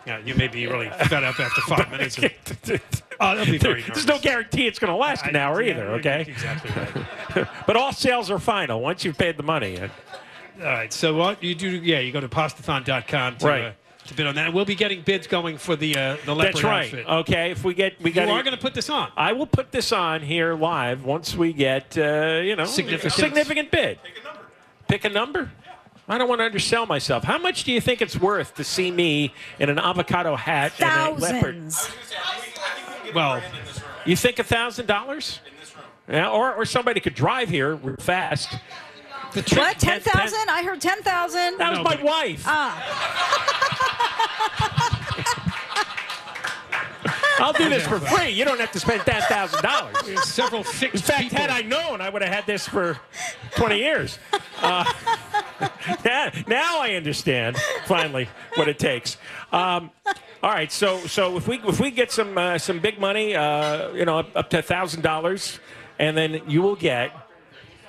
[SPEAKER 7] Yeah, you may be really fed up after five minutes. Of, oh, that'll be very
[SPEAKER 6] There's no guarantee it's going to last an
[SPEAKER 7] I-
[SPEAKER 6] hour
[SPEAKER 7] yeah,
[SPEAKER 6] either,
[SPEAKER 7] you're
[SPEAKER 6] okay?
[SPEAKER 7] exactly
[SPEAKER 6] right. but all sales are final once you've paid the money.
[SPEAKER 7] All right. So what you do? Yeah, you go to pastathon.com to,
[SPEAKER 6] Right.
[SPEAKER 7] uh, to bid on that. And we'll be getting bids going for the uh, the leopard
[SPEAKER 6] That's right.
[SPEAKER 7] outfit.
[SPEAKER 6] Okay, if we get we
[SPEAKER 7] You
[SPEAKER 6] got
[SPEAKER 7] are gonna put this on.
[SPEAKER 6] I will put this on here live once we get uh, you know
[SPEAKER 7] Significance.
[SPEAKER 6] a significant bid. Pick a number. Pick a number. I don't want to undersell myself. How much do you think it's worth to see me in an avocado hat and a leopard? Well, you think a thousand dollars? Yeah, or, or somebody could drive here real fast.
[SPEAKER 11] What? Ten thousand? I heard ten thousand.
[SPEAKER 6] That was No, my but- wife.
[SPEAKER 11] Ah,
[SPEAKER 6] I'll do this for free. You don't have to spend ten thousand dollars.
[SPEAKER 7] Several fixed.
[SPEAKER 6] In fact, had I known, I would have had this for twenty years. Uh, now, now I understand finally what it takes. Um, all right, so so if we if we get some uh, some big money, uh, you know, up, up to thousand dollars, and then you will get.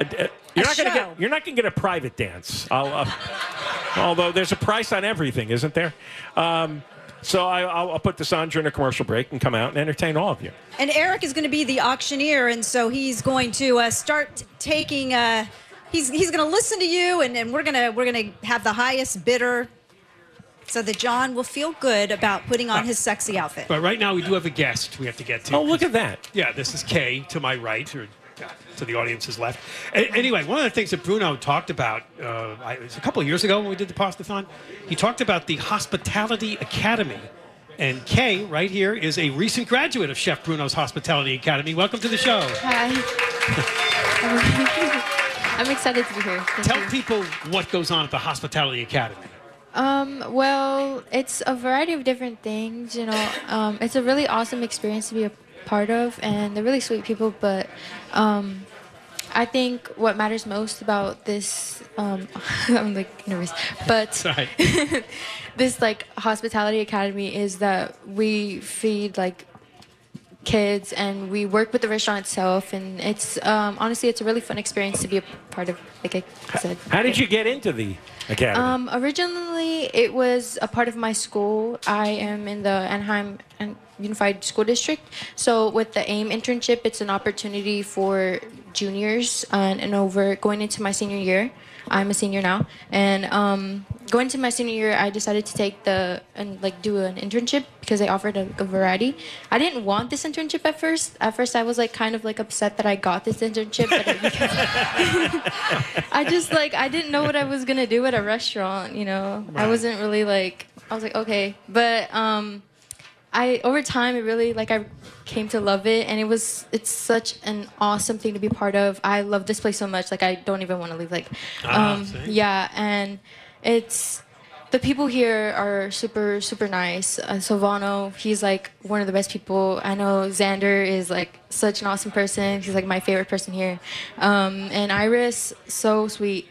[SPEAKER 6] A, a- you're
[SPEAKER 11] A
[SPEAKER 6] not gonna
[SPEAKER 11] show.
[SPEAKER 6] get. You're not gonna get a private dance. I'll, uh, although there's a price on everything, isn't there? Um, so I, I'll, I'll put this on during a commercial break and come out and entertain all of you.
[SPEAKER 11] and Eric is going to be the auctioneer, and so he's going to uh, start taking. Uh, he's he's going to listen to you, and, and we're gonna we're gonna have the highest bidder, so that John will feel good about putting on his sexy outfit.
[SPEAKER 7] But right now we do have a guest we have to get to.
[SPEAKER 6] Oh, look at that.
[SPEAKER 7] Yeah, this is Kay to my right, or yeah, to the audience's left. A- anyway, one of the things that Bruno talked about uh, I, it was a couple of years ago when we did the Pastathon, he talked about the Hospitality Academy. And Kay, right here, is a recent graduate of Chef Bruno's Hospitality Academy. Welcome to the show.
[SPEAKER 20] Hi. I'm excited to be here. Thank
[SPEAKER 7] Tell
[SPEAKER 20] you.
[SPEAKER 7] people what goes on at the Hospitality Academy.
[SPEAKER 20] Um, well, it's a variety of different things. You know, um, it's a really awesome experience to be a part of, and they're really sweet people. But um, I think what matters most about this, um, I'm like nervous, but this like hospitality academy is that we feed like kids and we work with the restaurant itself, and it's um, honestly it's a really fun experience to be a part of. Like I said.
[SPEAKER 6] How did you get into the academy?
[SPEAKER 20] Um, originally, it was a part of my school. I am in the Anaheim An- Unified School District. So, with the AIM internship, it's an opportunity for juniors and, and over going into my senior year. I'm a senior now, and um, going to my senior year, I decided to take the and like do an internship because they offered a, a variety. I didn't want this internship at first. At first, I was like kind of like upset that I got this internship, but it I just like I didn't know what I was gonna do at a restaurant. You know, I
[SPEAKER 21] Right.
[SPEAKER 20] wasn't really like I was like okay, but um, I over time it really like I came to love it, and it was it's such an awesome thing to be part of. I love this place so much, like I don't even want to leave. Like,
[SPEAKER 12] Ah,
[SPEAKER 20] um,
[SPEAKER 12] see?
[SPEAKER 20] yeah, and it's the people here are super super nice. Uh, Silvano, he's like one of the best people I know. Xander is like such an awesome person. He's like my favorite person here, um, and Iris so sweet.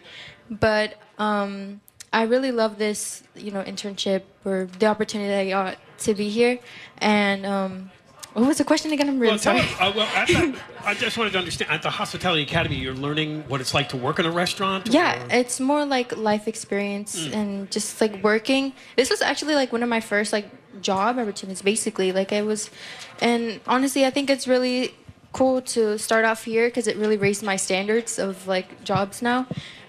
[SPEAKER 20] But um, I really love this you know internship or the opportunity that I got to be here. And um, what was the question again? I'm really
[SPEAKER 7] Well, tell
[SPEAKER 20] sorry.
[SPEAKER 7] me, uh, well, at the, I just wanted to understand. At the Hospitality Academy, you're learning what it's like to work in a restaurant.
[SPEAKER 20] Yeah, it's more like life experience
[SPEAKER 7] Mm.
[SPEAKER 20] and just like working. This was actually like one of my first like job opportunities basically. Like I was and honestly, I think it's really cool to start off here cuz it really raised my standards of like jobs now.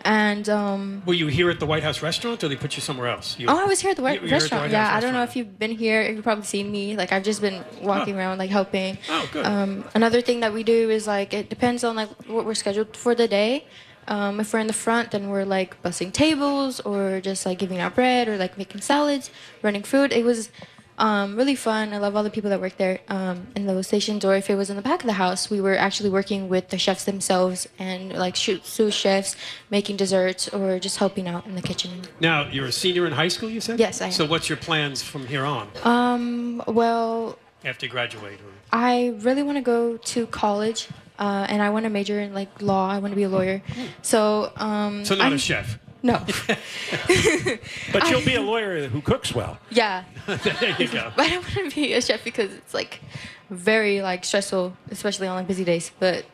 [SPEAKER 20] And um
[SPEAKER 7] Were you here at the White House restaurant, or they put you somewhere else? You,
[SPEAKER 20] Oh, I was here at the
[SPEAKER 7] You-
[SPEAKER 20] White
[SPEAKER 7] you were here at the
[SPEAKER 20] restaurant.
[SPEAKER 7] White
[SPEAKER 20] yeah,
[SPEAKER 7] House
[SPEAKER 20] I don't know if you've been here. You've probably seen me. Like I've just been walking
[SPEAKER 7] Oh.
[SPEAKER 20] around, like helping.
[SPEAKER 7] Oh, good.
[SPEAKER 20] Um, another thing that we do is like it depends on like what we're scheduled for the day. Um, if we're in the front, then we're like bussing tables or just like giving out bread or like making salads, running food. It was um, really fun. I love all the people that work there um, in those stations. Or if it was in the back of the house, we were actually working with the chefs themselves and like shoot sous chefs, making desserts or just helping out in the kitchen.
[SPEAKER 7] Now you're a senior in high school. You said.
[SPEAKER 20] Yes, I am.
[SPEAKER 7] So what's your plans from here on
[SPEAKER 20] Um, well,
[SPEAKER 7] after you graduate? Or-
[SPEAKER 20] I really want to go to college, uh, and I want to major in like law. I want to be a lawyer. So, um,
[SPEAKER 7] so not
[SPEAKER 20] I'm-
[SPEAKER 7] a chef.
[SPEAKER 20] No.
[SPEAKER 6] But you'll be a lawyer who cooks well.
[SPEAKER 20] Yeah.
[SPEAKER 6] there you go.
[SPEAKER 20] But I don't want to be a chef because it's like very like stressful, especially on like busy days. But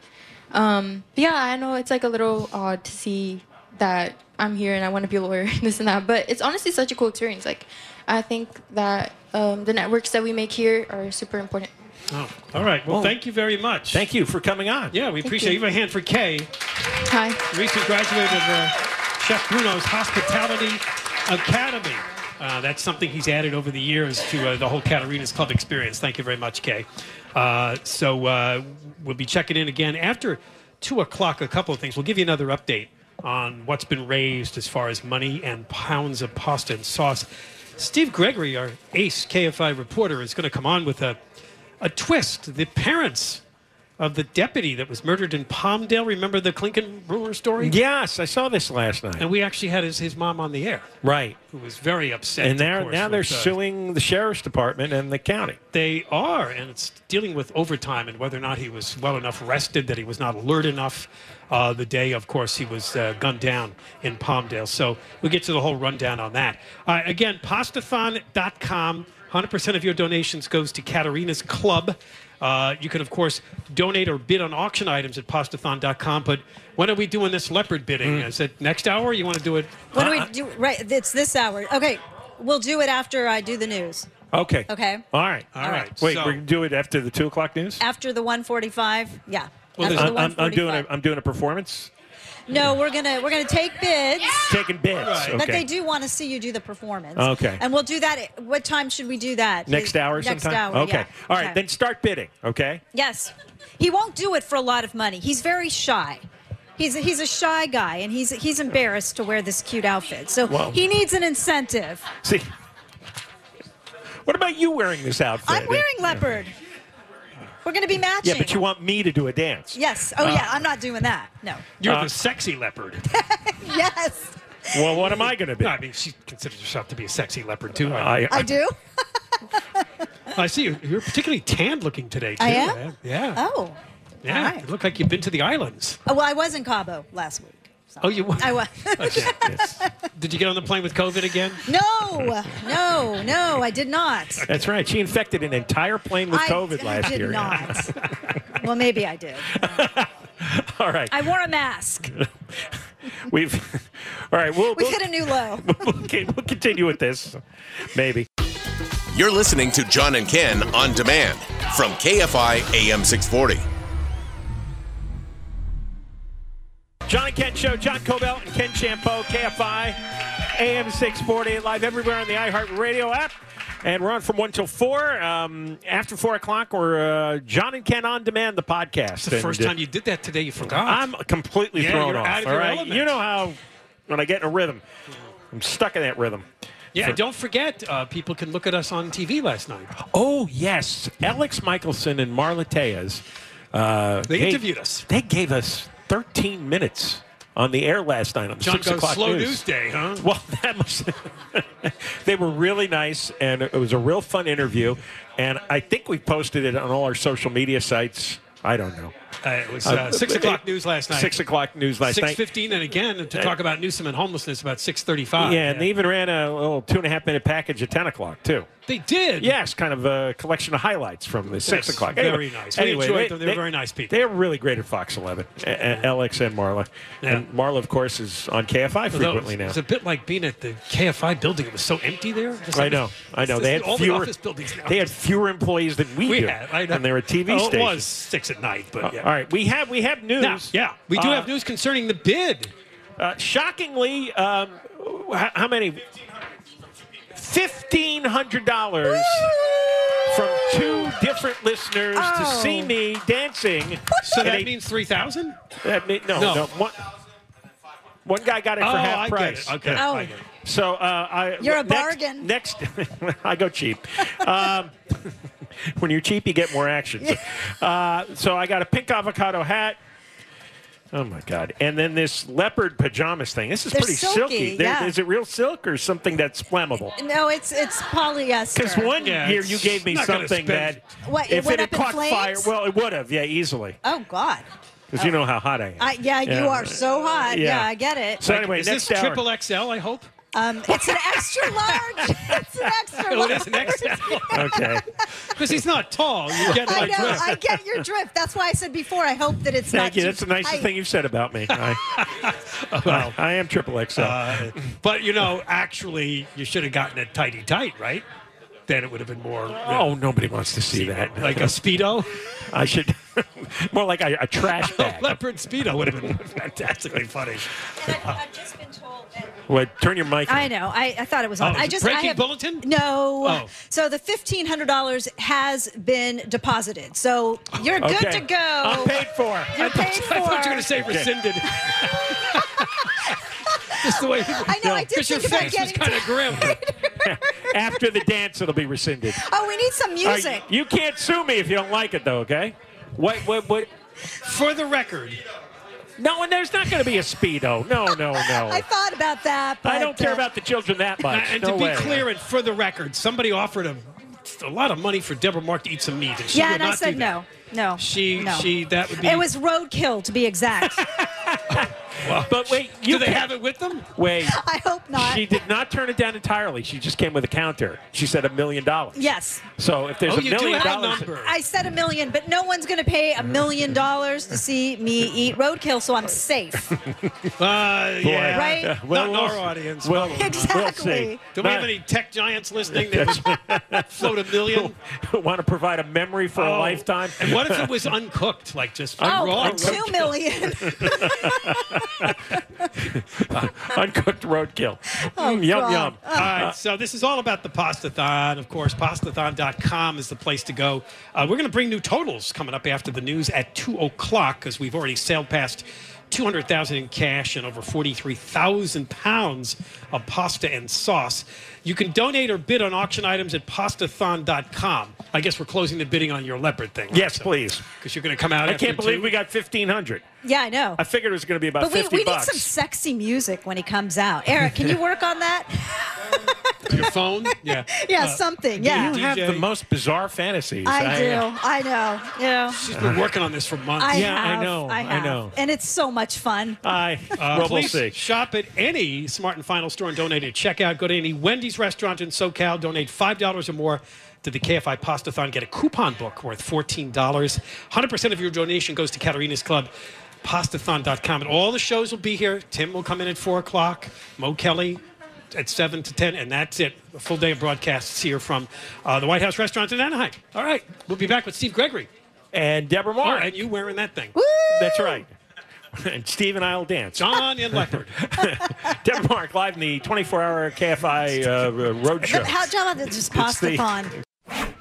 [SPEAKER 20] um, yeah, I know it's like a little odd to see that I'm here and I want to be a lawyer and this and that. But it's honestly such a cool experience. Like I think that um, the networks that we make here are super important.
[SPEAKER 7] Oh, all right. Well,
[SPEAKER 20] Whoa.
[SPEAKER 7] thank you very much. Thank
[SPEAKER 6] you for coming on.
[SPEAKER 7] Yeah, we
[SPEAKER 20] Thank
[SPEAKER 7] appreciate it.
[SPEAKER 20] you.
[SPEAKER 7] Give a hand for Kay.
[SPEAKER 20] Hi.
[SPEAKER 7] Recent graduate of uh, Chef Bruno's Hospitality Academy. Uh, that's something he's added over the years to uh, the whole Katarina's Club experience. Thank you very much, Kay. Uh, so uh, we'll be checking in again after two o'clock. A couple of things. We'll give you another update on what's been raised as far as money and pounds of pasta and sauce. Steve Gregory, our ace KFI reporter, is going to come on with a a twist. The parents of the deputy that was murdered in Palmdale. Remember the Clinton Brewer story?
[SPEAKER 6] Yes, I saw this last night.
[SPEAKER 7] And we actually had his, his mom on the air,
[SPEAKER 6] Right.
[SPEAKER 7] who was very upset.
[SPEAKER 6] And
[SPEAKER 7] of
[SPEAKER 6] now,
[SPEAKER 7] course,
[SPEAKER 6] now they're
[SPEAKER 7] with, uh,
[SPEAKER 6] suing the sheriff's department and the county.
[SPEAKER 7] They are, and it's dealing with overtime and whether or not he was well enough rested, that he was not alert enough uh, the day, of course, he was uh, gunned down in Palmdale. So we'll get to the whole rundown on that. Uh, again, pastathon.com. 100% of your donations goes to Katarina's Club. Uh, you can, of course, donate or bid on auction items at pastathon.com. But when are we doing this leopard bidding?
[SPEAKER 6] Mm.
[SPEAKER 7] Is it next hour? Or you want to do it?
[SPEAKER 11] What do we do? Right, it's this hour. Okay, we'll do it after I do the news.
[SPEAKER 6] Okay.
[SPEAKER 11] Okay.
[SPEAKER 6] All right. All
[SPEAKER 11] All
[SPEAKER 6] right.
[SPEAKER 11] right,
[SPEAKER 6] Wait,
[SPEAKER 11] so-
[SPEAKER 6] we're going to do it after the 2 o'clock news?
[SPEAKER 11] After the 145, yeah.
[SPEAKER 6] I'm,
[SPEAKER 11] after the
[SPEAKER 6] I'm- I'm doing a,
[SPEAKER 11] 1:45.
[SPEAKER 6] I'm doing a performance.
[SPEAKER 11] No, we're gonna we're gonna take bids.
[SPEAKER 6] Taking bids. Okay.
[SPEAKER 11] But they do want to see you do the performance.
[SPEAKER 6] Okay.
[SPEAKER 11] And we'll do that. at- What time should we do that?
[SPEAKER 6] Next hour
[SPEAKER 11] Next
[SPEAKER 6] sometime?
[SPEAKER 11] hour.
[SPEAKER 6] Okay.
[SPEAKER 11] yeah.
[SPEAKER 6] All right.
[SPEAKER 11] Okay.
[SPEAKER 6] Then start bidding. Okay.
[SPEAKER 11] Yes. He won't do it for a lot of money. He's very shy. He's a, he's a shy guy, and he's he's embarrassed to wear this cute outfit. So
[SPEAKER 6] Wow.
[SPEAKER 11] he needs an incentive.
[SPEAKER 6] See. What about you wearing this outfit?
[SPEAKER 11] I'm wearing leopard. We're going to be matching.
[SPEAKER 6] Yeah, but you want me to do a dance.
[SPEAKER 11] Yes. Oh,
[SPEAKER 6] Uh,
[SPEAKER 11] yeah. I'm not doing that. No.
[SPEAKER 7] You're the sexy leopard.
[SPEAKER 11] yes.
[SPEAKER 6] Well, what am I going to be?
[SPEAKER 7] I mean, she considers herself to be a sexy leopard too.
[SPEAKER 6] I-
[SPEAKER 11] I do.
[SPEAKER 7] I see you. You're particularly tanned looking today too.
[SPEAKER 11] I am?
[SPEAKER 7] Yeah.
[SPEAKER 11] Oh.
[SPEAKER 7] Yeah. You look like you've been to the islands.
[SPEAKER 11] oh. Well, I was in Cabo last week.
[SPEAKER 7] Oh, you.
[SPEAKER 11] I was.
[SPEAKER 7] Did you get on the plane with COVID again?
[SPEAKER 11] no. No. No. I did not.
[SPEAKER 6] That's right. She infected an entire plane with
[SPEAKER 11] I-
[SPEAKER 6] COVID
[SPEAKER 11] I
[SPEAKER 6] last
[SPEAKER 11] did
[SPEAKER 6] year.
[SPEAKER 11] not. Well, maybe I did.
[SPEAKER 6] All right.
[SPEAKER 11] I wore a mask.
[SPEAKER 6] We've. All right. We'll,
[SPEAKER 11] We
[SPEAKER 6] we'll,
[SPEAKER 11] hit a new low.
[SPEAKER 6] we'll, we'll continue with this. Maybe.
[SPEAKER 10] You're listening to John and Ken on demand from KFI AM 640.
[SPEAKER 6] John and Ken Show, John Cobell and Ken Champo, KFI, AM 640, live everywhere on the iHeartRadio app. And we're on from 1 till 4. Um, after 4 o'clock, we're uh, John and Ken on demand, the podcast. uh,
[SPEAKER 7] It's the first time you did that today. You forgot.
[SPEAKER 6] I'm completely
[SPEAKER 7] Yeah,
[SPEAKER 6] thrown
[SPEAKER 7] you're
[SPEAKER 6] off.
[SPEAKER 7] out of
[SPEAKER 6] all
[SPEAKER 7] your
[SPEAKER 6] right?
[SPEAKER 7] element.
[SPEAKER 6] You know how when I get in a rhythm, I'm stuck in that rhythm.
[SPEAKER 7] yeah.
[SPEAKER 6] For-
[SPEAKER 7] Don't forget, uh, people can look at us on TV last night.
[SPEAKER 6] Oh yes, Alex Michelson and Marla Tejas. Uh,
[SPEAKER 7] They interviewed us.
[SPEAKER 6] They gave us 13 minutes on the air last night on the
[SPEAKER 7] John
[SPEAKER 6] six
[SPEAKER 7] goes,
[SPEAKER 6] o'clock
[SPEAKER 7] "Slow
[SPEAKER 6] news.
[SPEAKER 7] news day, huh?"
[SPEAKER 6] Well, that must. they were really nice, and it was a real fun interview. And I think we posted it on all our social media sites. I don't know.
[SPEAKER 7] Uh, it was uh,
[SPEAKER 6] Uh,
[SPEAKER 7] six
[SPEAKER 6] but-
[SPEAKER 7] o'clock news last night.
[SPEAKER 6] Six o'clock news last
[SPEAKER 7] Six
[SPEAKER 6] night. Uh,
[SPEAKER 7] fifteen, and again to talk about Newsom and homelessness about six thirty-five.
[SPEAKER 6] yeah, and they even ran a little two and a half minute package at ten o'clock too.
[SPEAKER 7] They did.
[SPEAKER 6] Yes, kind of a collection of highlights from the six
[SPEAKER 7] Yes,
[SPEAKER 6] o'clock.
[SPEAKER 7] very nice. We enjoyed them. They were very
[SPEAKER 6] nice people. They're really great at Fox Eleven. A- a- Alex and Marla, and Marla, of course, is on KFI
[SPEAKER 7] Although
[SPEAKER 6] frequently
[SPEAKER 7] It was
[SPEAKER 6] now.
[SPEAKER 7] a bit like being at the KFI building. It was so empty there. Just
[SPEAKER 6] I
[SPEAKER 7] like-
[SPEAKER 6] know, I know.
[SPEAKER 7] It's
[SPEAKER 6] They had
[SPEAKER 7] just all the
[SPEAKER 6] fewer.
[SPEAKER 7] office buildings. Now.
[SPEAKER 6] They had fewer employees than we,
[SPEAKER 7] we
[SPEAKER 6] do,
[SPEAKER 7] had. I know.
[SPEAKER 6] and they were TV
[SPEAKER 7] oh,
[SPEAKER 6] station.
[SPEAKER 7] It was six at night, but yeah.
[SPEAKER 6] Uh, All right, we have we have news.
[SPEAKER 7] Now, yeah, we do have
[SPEAKER 6] news concerning the bid. Uh, shockingly, um, how, how many? Fifteen hundred dollars from two different listeners to
[SPEAKER 7] Oh.
[SPEAKER 6] see me dancing.
[SPEAKER 7] So
[SPEAKER 6] And
[SPEAKER 7] that
[SPEAKER 6] they-
[SPEAKER 7] means three thousand.
[SPEAKER 6] that Uh, mean, no, no.
[SPEAKER 7] No.
[SPEAKER 6] One, one guy got it for
[SPEAKER 7] Oh,
[SPEAKER 6] half
[SPEAKER 7] I get
[SPEAKER 6] price.
[SPEAKER 7] it. Okay, I Oh. get it.
[SPEAKER 6] So uh, I
[SPEAKER 11] You're a
[SPEAKER 6] next-
[SPEAKER 11] bargain.
[SPEAKER 6] Next, I go cheap. Um, when you're cheap, you get more action. So, uh, so I got a pink avocado hat. Oh my god! And then this leopard pajamas thing. This is
[SPEAKER 11] They're
[SPEAKER 6] pretty silky.
[SPEAKER 11] silky,
[SPEAKER 6] There-
[SPEAKER 11] yeah.
[SPEAKER 6] Is it real silk or something that's flammable?
[SPEAKER 11] No, it's it's polyester.
[SPEAKER 6] Because one year you gave me something that
[SPEAKER 11] What, it
[SPEAKER 6] if
[SPEAKER 11] went
[SPEAKER 6] it had
[SPEAKER 11] up in
[SPEAKER 6] caught fire,
[SPEAKER 11] flames?
[SPEAKER 6] well, it would have. Yeah, easily.
[SPEAKER 11] Oh God.
[SPEAKER 6] Because you know how hot I am.
[SPEAKER 11] I, yeah, you are so hot. Yeah,
[SPEAKER 6] Yeah.
[SPEAKER 11] I get it.
[SPEAKER 6] So anyway,
[SPEAKER 7] is
[SPEAKER 6] next
[SPEAKER 7] this
[SPEAKER 6] hour-
[SPEAKER 7] triple XL? I hope.
[SPEAKER 11] Um, it's an extra large. it's an extra
[SPEAKER 7] Oh,
[SPEAKER 11] large.
[SPEAKER 7] it is an XL.
[SPEAKER 6] okay.
[SPEAKER 7] Because he's not tall. You get
[SPEAKER 11] I
[SPEAKER 7] like
[SPEAKER 11] know. I get your drift. That's why I said before. I hope that it's not.
[SPEAKER 6] Thank you.
[SPEAKER 11] too
[SPEAKER 6] That's the nicest
[SPEAKER 11] tight.
[SPEAKER 6] thing you've said about me. I, I, I am triple XL.
[SPEAKER 7] Uh, But you know, actually, you should have gotten it tighty tight, right? Then it would have been more. uh,
[SPEAKER 6] oh, nobody wants to see that.
[SPEAKER 7] Like a speedo.
[SPEAKER 6] I should more like a, a trash bag.
[SPEAKER 7] leopard speedo would have been fantastically funny.
[SPEAKER 6] What? Turn your mic.
[SPEAKER 11] I know. I, I thought it was
[SPEAKER 6] Oh,
[SPEAKER 11] on.
[SPEAKER 6] is
[SPEAKER 11] I
[SPEAKER 6] it
[SPEAKER 11] just I
[SPEAKER 6] breaking
[SPEAKER 11] have,
[SPEAKER 6] bulletin?
[SPEAKER 11] No.
[SPEAKER 6] Oh.
[SPEAKER 11] So the fifteen hundred dollars has been deposited. So you're good
[SPEAKER 6] Okay.
[SPEAKER 11] to go.
[SPEAKER 6] I'm paid for.
[SPEAKER 11] You're
[SPEAKER 7] I thought-
[SPEAKER 11] paid
[SPEAKER 7] I thought you were
[SPEAKER 11] for.
[SPEAKER 7] gonna say Okay. rescinded. Just the way.
[SPEAKER 11] I know. I did
[SPEAKER 7] Because your
[SPEAKER 11] think about
[SPEAKER 7] face was
[SPEAKER 11] getting.
[SPEAKER 7] kind of grim.
[SPEAKER 6] After the dance, it'll be rescinded.
[SPEAKER 11] Oh, we need some
[SPEAKER 6] All right,
[SPEAKER 11] music.
[SPEAKER 6] you can't sue me if you don't like it, though. Okay. What? What? What?
[SPEAKER 7] For the record.
[SPEAKER 6] No, and there's not going to be a speedo. No, no, no.
[SPEAKER 11] I
[SPEAKER 6] I,
[SPEAKER 11] thought about that. But,
[SPEAKER 6] don't care
[SPEAKER 11] uh,
[SPEAKER 6] about the children that much.
[SPEAKER 7] And
[SPEAKER 6] no
[SPEAKER 7] to be
[SPEAKER 6] way.
[SPEAKER 7] clear and for the record, somebody offered him a lot of money for Deborah Mark to eat some meat, and she
[SPEAKER 11] yeah,
[SPEAKER 7] would
[SPEAKER 11] and
[SPEAKER 7] not
[SPEAKER 11] I said
[SPEAKER 7] do that.
[SPEAKER 11] no, no.
[SPEAKER 7] She-
[SPEAKER 11] no.
[SPEAKER 7] she- that would be-
[SPEAKER 11] It was roadkill, to be exact.
[SPEAKER 6] but wait, you
[SPEAKER 7] do they
[SPEAKER 6] can't-
[SPEAKER 7] have it with them?
[SPEAKER 6] Wait.
[SPEAKER 11] Uh, I hope not.
[SPEAKER 6] She did not turn it down entirely. She just came with a counter. She said a million dollars.
[SPEAKER 11] Yes.
[SPEAKER 6] So if there's
[SPEAKER 7] Oh,
[SPEAKER 6] a
[SPEAKER 7] you do
[SPEAKER 6] million
[SPEAKER 7] have a
[SPEAKER 6] dollars,
[SPEAKER 7] number.
[SPEAKER 11] I said a million, but no one's going to pay a million dollars to see me eat roadkill, so I'm safe.
[SPEAKER 7] Uh,
[SPEAKER 6] Boy.
[SPEAKER 7] yeah.
[SPEAKER 11] Right?
[SPEAKER 6] Uh, well,
[SPEAKER 7] Not in
[SPEAKER 6] we'll
[SPEAKER 7] our
[SPEAKER 6] s-
[SPEAKER 7] audience.
[SPEAKER 6] well,
[SPEAKER 7] probably
[SPEAKER 6] we'll
[SPEAKER 7] not.
[SPEAKER 11] Exactly.
[SPEAKER 6] see.
[SPEAKER 7] Do we
[SPEAKER 6] Not-
[SPEAKER 7] have any tech giants listening that would float a million?
[SPEAKER 6] want to provide a memory for a
[SPEAKER 7] Oh.
[SPEAKER 6] lifetime?
[SPEAKER 7] And what if it was uncooked, like just
[SPEAKER 11] oh,
[SPEAKER 7] raw?
[SPEAKER 11] a two million.
[SPEAKER 6] uncooked roadkill?
[SPEAKER 11] Oh,
[SPEAKER 6] Mm, yum
[SPEAKER 11] God.
[SPEAKER 6] yum.
[SPEAKER 7] All right, so this is all about the Pastathon. Of course, pastathon.com is the place to go. Uh, we're going to bring new totals coming up after the news at 2 o'clock because we've already sailed past 200,000 in cash and over 43,000 pounds of pasta and sauce. You can donate or bid on auction items at pastathon.com. I guess we're closing the bidding on your leopard thing.
[SPEAKER 6] Yes, please.
[SPEAKER 7] Because you're going to come out
[SPEAKER 6] I
[SPEAKER 7] after
[SPEAKER 6] can't believe
[SPEAKER 7] two?
[SPEAKER 6] we got fifteen hundred.
[SPEAKER 11] yeah, I know.
[SPEAKER 6] I figured it was going to be about
[SPEAKER 11] But we,
[SPEAKER 6] fifty
[SPEAKER 11] we need
[SPEAKER 6] bucks.
[SPEAKER 11] some sexy music when he comes out. Eric, can you work on that?
[SPEAKER 7] your phone. Yeah.
[SPEAKER 11] Yeah,
[SPEAKER 7] Uh,
[SPEAKER 11] something.
[SPEAKER 7] do
[SPEAKER 11] Yeah.
[SPEAKER 6] you have the most bizarre fantasies.
[SPEAKER 11] I do. I know. Yeah.
[SPEAKER 7] She's been working on this for months.
[SPEAKER 11] I
[SPEAKER 6] Yeah, I
[SPEAKER 11] have,
[SPEAKER 6] know, I
[SPEAKER 11] have.
[SPEAKER 6] know.
[SPEAKER 11] And it's so much fun.
[SPEAKER 6] I
[SPEAKER 7] Uh,
[SPEAKER 6] well, we'll
[SPEAKER 7] please
[SPEAKER 6] see.
[SPEAKER 7] shop at any Smart and Final store and donate at checkout. Go to any Wendy's restaurant in SoCal, donate $5 or more to the KFI Pastathon. Get a coupon book worth $14. 100% of your donation goes to Katarina's Club, pastathon.com. And all the shows will be here. Tim will come in at 4 o'clock, Mo Kelly at 7 to 10, and that's it. A full day of broadcasts here from uh, the White House restaurant in Anaheim. All right, we'll be back with Steve Gregory.
[SPEAKER 6] And Deborah
[SPEAKER 7] All
[SPEAKER 6] Moore.
[SPEAKER 7] right, you wearing that thing.
[SPEAKER 6] That's right. And Steve and I will dance.
[SPEAKER 7] John and Leopard.
[SPEAKER 6] Deborah Mark live in the 24-hour KFI uh, road show.
[SPEAKER 11] The- How John this is
[SPEAKER 6] the-
[SPEAKER 11] Pastathon.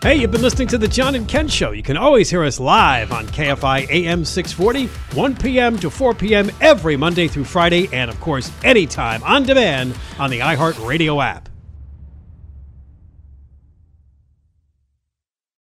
[SPEAKER 7] Hey, you've been listening to the John and Ken Show. You can always hear us live on KFI AM 640, 1 p.m. to 4 p.m. every Monday through Friday, and of course, anytime on demand on the iHeartRadio app.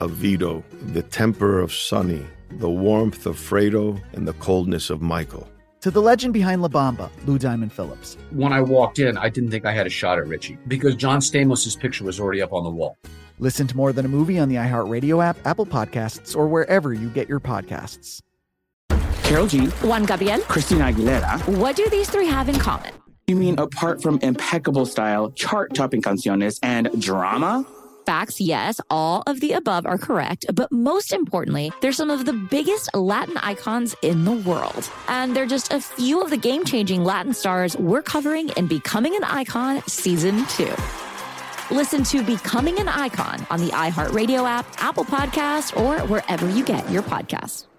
[SPEAKER 17] of Vito, the temper of Sonny, the warmth of Fredo, and the coldness of Michael.
[SPEAKER 16] to the legend behind La Bamba, Lou Diamond Phillips.
[SPEAKER 22] When I walked in, I didn't think I had a shot at Richie because John Stamos's picture was already up on the wall.
[SPEAKER 16] Listen to More Than a Movie on the iHeartRadio app, Apple Podcasts, or wherever you get your podcasts.
[SPEAKER 15] Carol G.
[SPEAKER 14] Juan Gabriel.
[SPEAKER 15] Christina Aguilera.
[SPEAKER 14] What do these three have in common?
[SPEAKER 15] You mean apart from impeccable style, chart topping canciones, and drama?
[SPEAKER 14] Facts, yes, all of the above are correct, but most importantly, they're some of the biggest Latin icons in the world. And they're just a few of the game changing Latin stars we're covering in Becoming an Icon Season 2. Listen to Becoming an Icon on the iHeartRadio app, Apple Podcast, or wherever you get your podcasts.